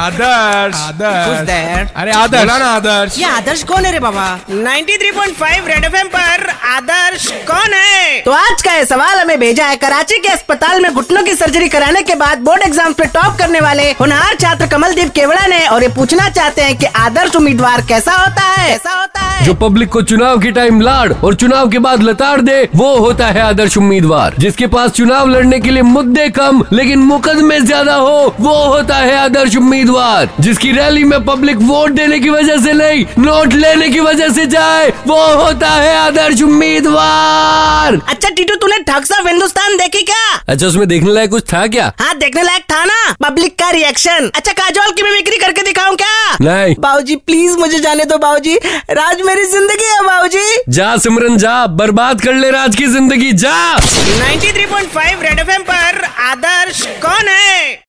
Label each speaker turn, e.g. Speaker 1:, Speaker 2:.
Speaker 1: Adarsh Adarsh
Speaker 2: Who's there?
Speaker 1: अरे आदर्श बोला ना आदर्श
Speaker 2: ये आदर्श कौन है रे बाबा
Speaker 3: 93.5 रेड एफएम पर आदर्श कौन है
Speaker 2: तो आज का ये सवाल हमें भेजा है कराची के अस्पताल में घुटनों की सर्जरी कराने के बाद बोर्ड एग्जाम में टॉप करने वाले होनहार छात्र कमलदीप केवड़ा ने और ये पूछना चाहते हैं कि आदर्श उम्मीदवार कैसा होता है कैसा होता है
Speaker 4: जो पब्लिक को चुनाव के टाइम लाड़ और चुनाव के बाद लताड़ दे वो होता है आदर्श उम्मीदवार जिसके पास चुनाव लड़ने के लिए मुद्दे कम लेकिन मुकदमे ज्यादा हो वो होता है आदर्श उम्मीदवार जिसकी रैली में पब्लिक वोट देने की वजह से नहीं नोट लेने की वजह से जाए वो होता है आदर्श उम्मीदवार
Speaker 2: अच्छा टीटू तूने ठग्स ऑफ हिंदुस्तान देखी क्या
Speaker 4: अच्छा उसमें देखने लायक कुछ था क्या
Speaker 2: हाँ देखने लायक था ना पब्लिक का रिएक्शन अच्छा काजोल की मैं बिक्री करके दिखाऊं क्या
Speaker 4: नहीं
Speaker 2: बाबूजी प्लीज मुझे जाने दो बाबूजी राज मेरी जिंदगी है बाबूजी
Speaker 4: जा सिमरन जा बर्बाद कर ले राज की जिंदगी जा
Speaker 3: 93.5 रेड एफएम पर आदर्श कौन है